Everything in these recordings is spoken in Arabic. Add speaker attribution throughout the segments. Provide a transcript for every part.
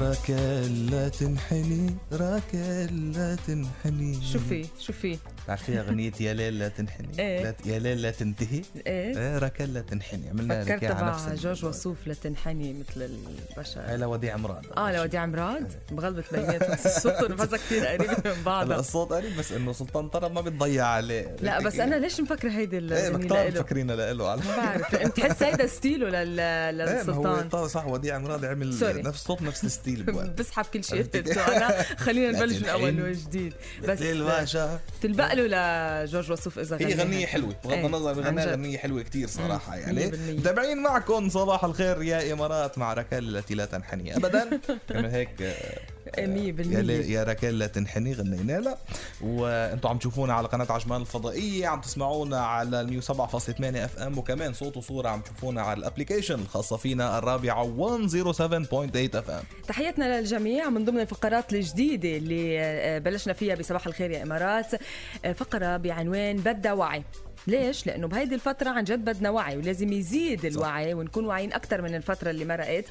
Speaker 1: راكلة تنحني راكلة تنحني
Speaker 2: شو في شو في
Speaker 1: تعرفي أغنية يا ليل لا تنحني
Speaker 2: إيه.
Speaker 1: لا- يا ليل لا تنتهي
Speaker 2: ايه
Speaker 1: إيه، راكلة تنحني عملنا
Speaker 2: فكرت
Speaker 1: لك إياها نفس
Speaker 2: تبع
Speaker 1: ال-
Speaker 2: جورج وسوف لتنحني مثل البشر
Speaker 1: هاي لوديع عمران
Speaker 2: اه لوديع عمران مغلبة بينات بس الصوت والمزة كثير قريبة من
Speaker 1: هلا
Speaker 2: بعضها
Speaker 1: الصوت قريب بس انه سلطان طرب ما بتضيع عليه
Speaker 2: لا بس انا ليش مفكرة هيدي
Speaker 1: ايه
Speaker 2: الاغنية
Speaker 1: كثار
Speaker 2: لإله
Speaker 1: مفكرينها لإله على
Speaker 2: ما بعرف لأن بتحس هيدا ستيلو لل...
Speaker 1: ايه ما هو
Speaker 2: للسلطان
Speaker 1: طبعا صح وديع عمران عمل
Speaker 2: سوري.
Speaker 1: نفس الصوت نفس الستيل بوقت
Speaker 2: بسحب كل شيء
Speaker 1: عرفتي؟
Speaker 2: قلته انا خلينا
Speaker 1: لا
Speaker 2: نبلش من اول
Speaker 1: تنحني.
Speaker 2: وجديد
Speaker 1: بس
Speaker 2: بس
Speaker 1: الباشا
Speaker 2: تلبق له لجورج وسوف اذا
Speaker 1: هي
Speaker 2: غنيها.
Speaker 1: غنية حلوة بغض
Speaker 2: إيه،
Speaker 1: النظر
Speaker 2: عن
Speaker 1: غناها
Speaker 2: جد.
Speaker 1: غنية حلوة كتير صراحة
Speaker 2: مم،
Speaker 1: يعني
Speaker 2: 100%.
Speaker 1: متابعين معكم صباح الخير يا إمارات مع ركال التي لا تنحني أبدا كمان هيك آه،
Speaker 2: إيه، مية
Speaker 1: يا,
Speaker 2: بالمية
Speaker 1: لي- يا ركال لا تنحني غنينا لها وانتم عم تشوفونا على قناة عجمان الفضائية عم تسمعونا على ال 107.8 اف ام وكمان صوت وصورة عم تشوفونا على الابلكيشن الخاصة فينا الرابعة 107.8 اف ام
Speaker 2: تحياتنا للجميع من ضمن الفقرات الجديدة اللي آه، بلشنا فيها بصباح الخير يا إمارات آه، فقرة بعنوان بدها وعي ليش؟ لأنه بهيدي الفترة عن جد بدنا وعي ولازم يزيد الوعي ونكون واعيين أكثر من الفترة اللي مرقت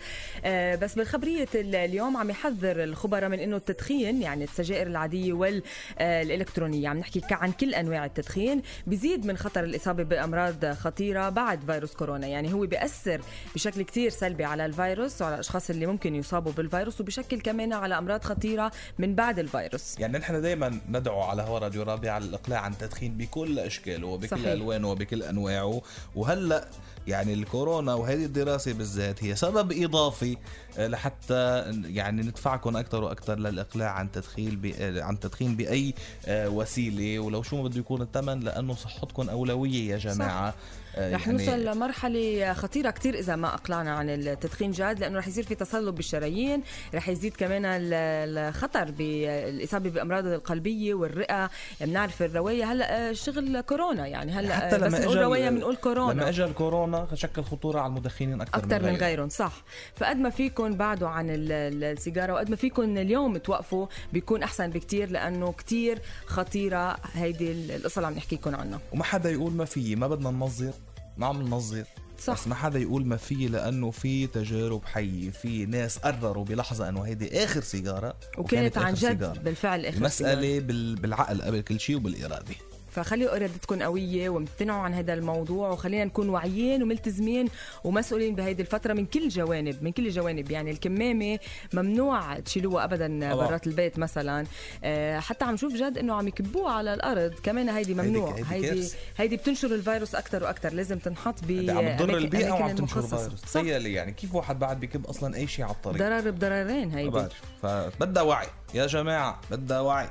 Speaker 2: آه، بس بالخبرية ال- اليوم عم يحذر الخبراء من أنه التدخين يعني السجائر العادية والإلكترونية عم نحكي ك- عن كل أنواع التدخين بيزيد من خطر الإصابة بأمراض خطيرة بعد فيروس كورونا يعني هو بيأثر بشكل كتير سلبي على الفيروس وعلى الأشخاص اللي ممكن يصابوا بالفيروس وبشكل كمان على أمراض خطيرة من بعد الفيروس
Speaker 1: يعني نحن دائما ندعو على هوا راديو رابع على الاقلاع عن التدخين بكل اشكاله وبكل
Speaker 2: صحيح.
Speaker 1: الوانه وبكل انواعه وهلا يعني الكورونا وهذه الدراسه بالذات هي سبب اضافي آه، لحتى يعني ندفعكم اكثر واكثر للاقلاع عن تدخين ب... آه، عن تدخين باي آه، وسيله ولو شو ما بده يكون الثمن لانه صحتكم اولويه يا جماعه آه،
Speaker 2: رح نوصل لمرحلة خطيرة كتير إذا ما أقلعنا عن التدخين جاد لأنه رح يصير في تصلب بالشرايين رح يزيد كمان ال- الخطر بالإصابة بأمراض القلبية والرئة بنعرف الرواية هلأ آه، شغل كورونا يعني هلأ
Speaker 1: حتى
Speaker 2: آه،
Speaker 1: لما
Speaker 2: بس نقول
Speaker 1: إجا ال-
Speaker 2: رواية بنقول كورونا
Speaker 1: لما اجى الكورونا شكل خطوره على المدخنين اكثر
Speaker 2: اكثر من غيرهم صح فقد ما فيكم بعدوا عن ال- ال- السيجاره وقد ما فيكم اليوم توقفوا بيكون احسن بكتير لانه كتير خطيره هيدي ال- القصه اللي عم نحكيكم عنها
Speaker 1: وما حدا يقول ما في ما بدنا ننظر ما عم ننظر
Speaker 2: صح.
Speaker 1: بس ما حدا يقول ما في لانه في تجارب حيه في ناس قرروا بلحظه انه هيدي اخر سيجاره
Speaker 2: وكانت عن
Speaker 1: آخر
Speaker 2: جد
Speaker 1: سيجارة.
Speaker 2: بالفعل اخر سيجارة.
Speaker 1: المساله بال... بالعقل قبل كل شيء وبالاراده
Speaker 2: فخليوا ارادتكم قويه وامتنعوا عن هذا الموضوع وخلينا نكون واعيين وملتزمين ومسؤولين بهيدي الفتره من كل جوانب من كل الجوانب يعني الكمامه ممنوع تشيلوها ابدا
Speaker 1: طبعاً.
Speaker 2: برات البيت مثلا آه، حتى عم شوف جد انه عم يكبوها على الارض كمان هيدي ممنوع
Speaker 1: هيدي- هيدي
Speaker 2: هيدي
Speaker 1: كارثة.
Speaker 2: هيدي بتنشر الفيروس اكثر واكثر لازم تنحط ب
Speaker 1: انت عم تضر
Speaker 2: أماكن-
Speaker 1: البيئه وعم
Speaker 2: أماكن
Speaker 1: تنشر
Speaker 2: المخصصة.
Speaker 1: فيروس
Speaker 2: صح
Speaker 1: تخيلي يعني كيف واحد بعد بكب اصلا اي شيء على الطريق
Speaker 2: ضرر بضررين
Speaker 1: ما
Speaker 2: هيدي
Speaker 1: بعرف فبدها وعي يا جماعه بدها وعي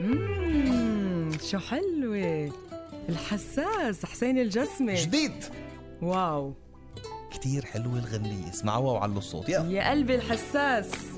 Speaker 2: مم، شو حلوه الحساس حسين الجسمي
Speaker 1: جديد
Speaker 2: واو
Speaker 1: كتير حلوه الغنيه اسمعوها وعلوا الصوت يلا
Speaker 2: يا قلبي الحساس